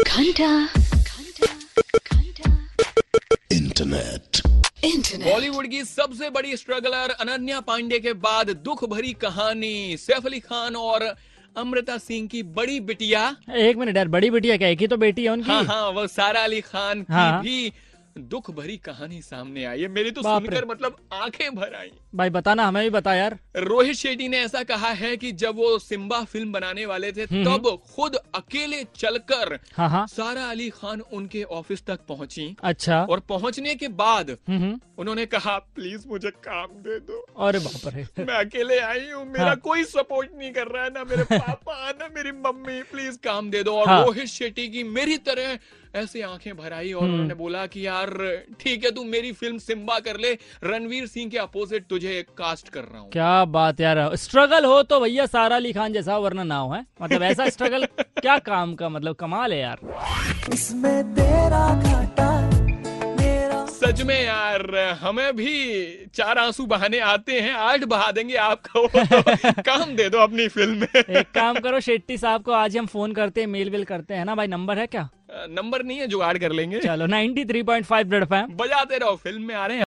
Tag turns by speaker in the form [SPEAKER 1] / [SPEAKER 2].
[SPEAKER 1] घंटा घंटा घंटा
[SPEAKER 2] इंटरनेट
[SPEAKER 1] इंटरनेट
[SPEAKER 3] बॉलीवुड की सबसे बड़ी स्ट्रगलर अनन्या पांडे के बाद दुख भरी कहानी सैफ अली खान और अमृता सिंह की बड़ी बिटिया
[SPEAKER 4] एक मिनट यार बड़ी बेटी है क्या एक ही तो बेटी है उनकी
[SPEAKER 3] हाँ हाँ वो सारा अली खान की
[SPEAKER 4] हाँ।
[SPEAKER 3] भी दुख भरी कहानी सामने आई है मेरी तो
[SPEAKER 4] बाप रे।
[SPEAKER 3] सुनकर मतलब आंखें भर आई
[SPEAKER 4] भाई बताना हमें भी बता यार
[SPEAKER 3] रोहित शेट्टी ने ऐसा कहा है कि जब वो सिम्बा फिल्म बनाने वाले थे तब खुद अकेले चलकर
[SPEAKER 4] हाँ हम्म, हाँ
[SPEAKER 3] सारा अली खान उनके ऑफिस तक पहुंची
[SPEAKER 4] अच्छा
[SPEAKER 3] और पहुंचने के बाद
[SPEAKER 4] हम्म हम्म।
[SPEAKER 3] उन्होंने कहा प्लीज मुझे काम दे दो
[SPEAKER 4] अरे बाप रे
[SPEAKER 3] मैं अकेले आई हूँ मेरा
[SPEAKER 4] हाँ।
[SPEAKER 3] कोई सपोर्ट नहीं कर रहा है ना मेरे पापा ना मेरी मम्मी प्लीज काम दे दो और
[SPEAKER 4] हाँ।
[SPEAKER 3] रोहित शेट्टी की मेरी तरह ऐसे आंखें भराई
[SPEAKER 4] हम्म।
[SPEAKER 3] और उन्होंने बोला कि यार ठीक है तू मेरी फिल्म सिम्बा कर ले रणवीर सिंह के अपोजिट तुझे कास्ट कर रहा हूँ
[SPEAKER 4] क्या बात यार स्ट्रगल हो तो भैया सारा अली खान जैसा हो, वरना ना हो है मतलब ऐसा स्ट्रगल क्या काम का मतलब कमाल है यार
[SPEAKER 5] इसमें तेरा घाटा मेरा
[SPEAKER 3] सच में यार हमें भी चार आंसू बहाने आते हैं आठ बहा देंगे आपका वो तो काम दे दो अपनी फिल्म में
[SPEAKER 4] एक काम करो शेट्टी साहब को आज हम फोन करते हैं मेल वेल करते हैं ना भाई नंबर है क्या
[SPEAKER 3] नंबर नहीं है जुगाड़ कर लेंगे
[SPEAKER 4] चलो 93.5 थ्री पॉइंट फाइव
[SPEAKER 3] बजाते रहो फिल्म में आ रहे हैं